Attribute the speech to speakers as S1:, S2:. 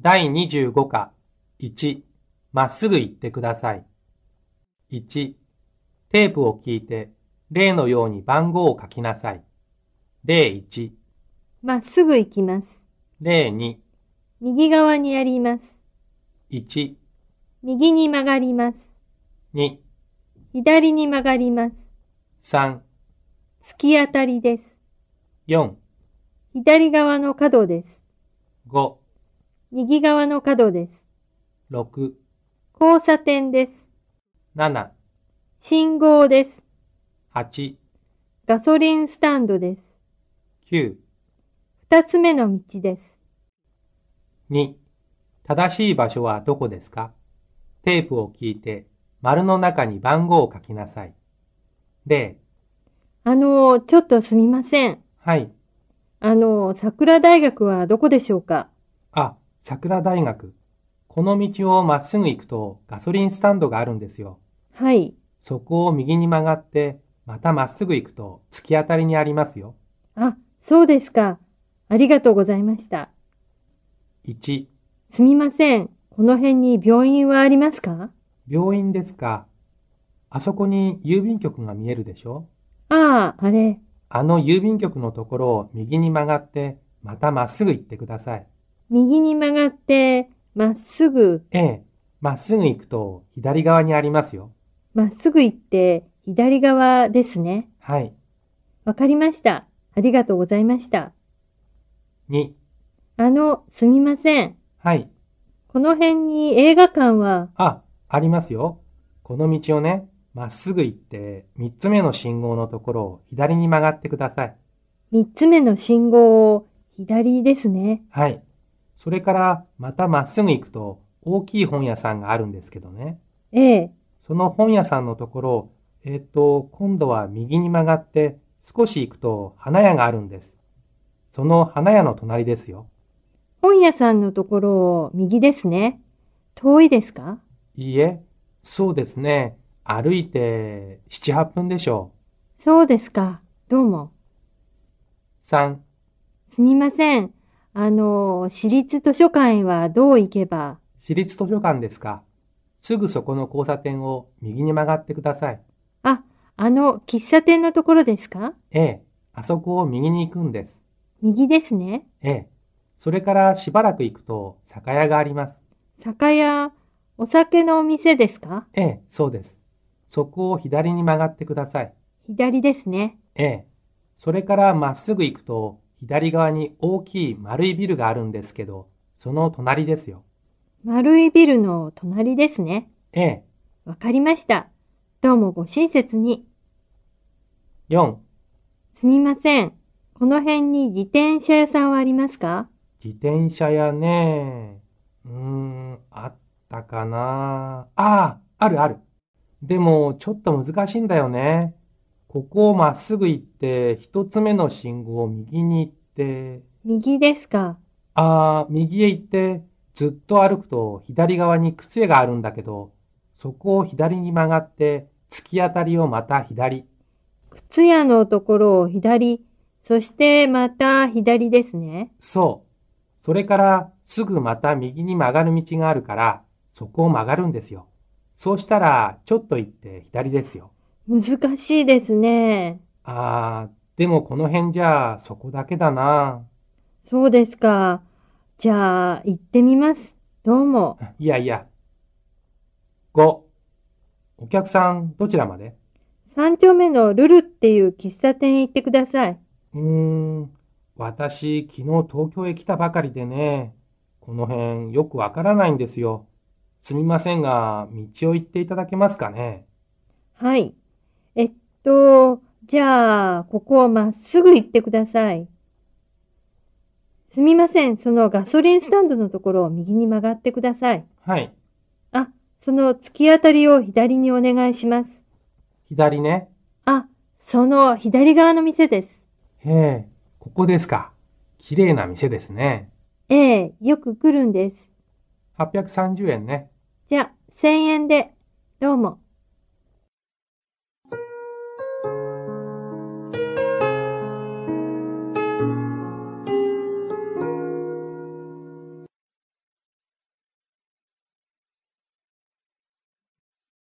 S1: 第25課1、まっすぐ行ってください。1、テープを聞いて、例のように番号を書きなさい。例1、
S2: まっすぐ行きます。
S1: 例2、
S2: 右側にあります。
S1: 1、
S2: 右に曲がります。
S1: 2、
S2: 左に曲がります。
S1: 3、
S2: 突き当たりです。
S1: 4、
S2: 左側の角です。
S1: 5、
S2: 右側の角です。
S1: 6、
S2: 交差点です。
S1: 7、
S2: 信号です。
S1: 8、
S2: ガソリンスタンドです。
S1: 9、
S2: 二つ目の道です。
S1: 2、正しい場所はどこですかテープを聞いて、丸の中に番号を書きなさい。例、
S2: あのー、ちょっとすみません。
S1: はい、
S2: あのー、桜大学はどこでしょうか
S1: あ、桜大学。この道をまっすぐ行くとガソリンスタンドがあるんですよ。
S2: はい。
S1: そこを右に曲がって、またまっすぐ行くと突き当たりにありますよ。
S2: あ、そうですか。ありがとうございました。
S1: 1、
S2: すみません。この辺に病院はありますか
S1: 病院ですか。あそこに郵便局が見えるでしょ
S2: ああ、あれ。
S1: あの郵便局のところを右に曲がって、またまっすぐ行ってください。
S2: 右に曲がって、まっすぐ、
S1: ええ、まっすぐ行くと左側にありますよ。
S2: まっすぐ行って、左側ですね。
S1: はい。
S2: わかりました。ありがとうございました。
S1: 2、
S2: あの、すみません。
S1: はい。
S2: この辺に映画館は、
S1: あ、ありますよ。この道をね、まっすぐ行って、3つ目の信号のところを左に曲がってください。
S2: 三つ目の信号を、左ですね。
S1: はい。それから、またまっすぐ行くと、大きい本屋さんがあるんですけどね。
S2: ええ、
S1: その本屋さんのところを、えっと、今度は右に曲がって、少し行くと花屋があるんです。その花屋の隣ですよ。
S2: 本屋さんのところを、右ですね。遠いですか
S1: いいえ、そうですね。歩いて、7、8分でしょ
S2: そうですか。どうも。
S1: う。3、
S2: すみません。あの、私立図書館へはどう行けば、
S1: 私立図書館ですか。すぐそこの交差点を右に曲がってください。
S2: あ、あの、喫茶店のところですか
S1: ええ、あそこを右に行くんです。
S2: 右ですね。
S1: ええ。それからしばらく行くと酒屋があります。
S2: 酒屋、お酒のお店ですか
S1: ええ、そうです。そこを左に曲がってください。
S2: 左ですね。
S1: ええ。それからまっすぐ行くと左側に大きい丸いビルがあるんですけど、その隣ですよ。
S2: 丸いビルの隣ですね。
S1: ええ。
S2: わかりました。どうもご親切に。
S1: 4、
S2: すみません。この辺に自転車屋さんはありますか
S1: 自転車やね。うーん、あったかな。ああ、あるある。でも、ちょっと難しいんだよね。ここをまっすぐ行って、一つ目の信号を右に行って、
S2: 右ですか
S1: ああ、右へ行って、ずっと歩くと左側に靴屋があるんだけど、そこを左に曲がって、突き当たりをまた左。
S2: 靴屋のところを左、そしてまた左ですね。
S1: そう。それから、すぐまた右に曲がる道があるから、そこを曲がるんですよ。そうしたら、ちょっと行って左ですよ。
S2: 難しいですね。
S1: あー、でもこの辺じゃ、そこだけだな。
S2: そうですか。じゃあ、行ってみます。どうも。
S1: いやいや。5、お客さん、どちらまで
S2: 三丁目のルルっていう喫茶店へ行ってください。
S1: うーん、私、昨日東京へ来たばかりでね、この辺よくわからないんですよ。すみませんが、道を行っていただけますかね。
S2: はい。えっと、じゃあ、ここをまっすぐ行ってください。すみません。そのガソリンスタンドのところを右に曲がってください。
S1: はい、
S2: あ、その突き当たりを左にお願いします。
S1: 左ね。
S2: あ、その左側の店です。
S1: へえ、ここですか。綺麗な店ですね。
S2: ええ、よく来るんです。
S1: 830円ね。
S2: じゃあ、千円で。どうも。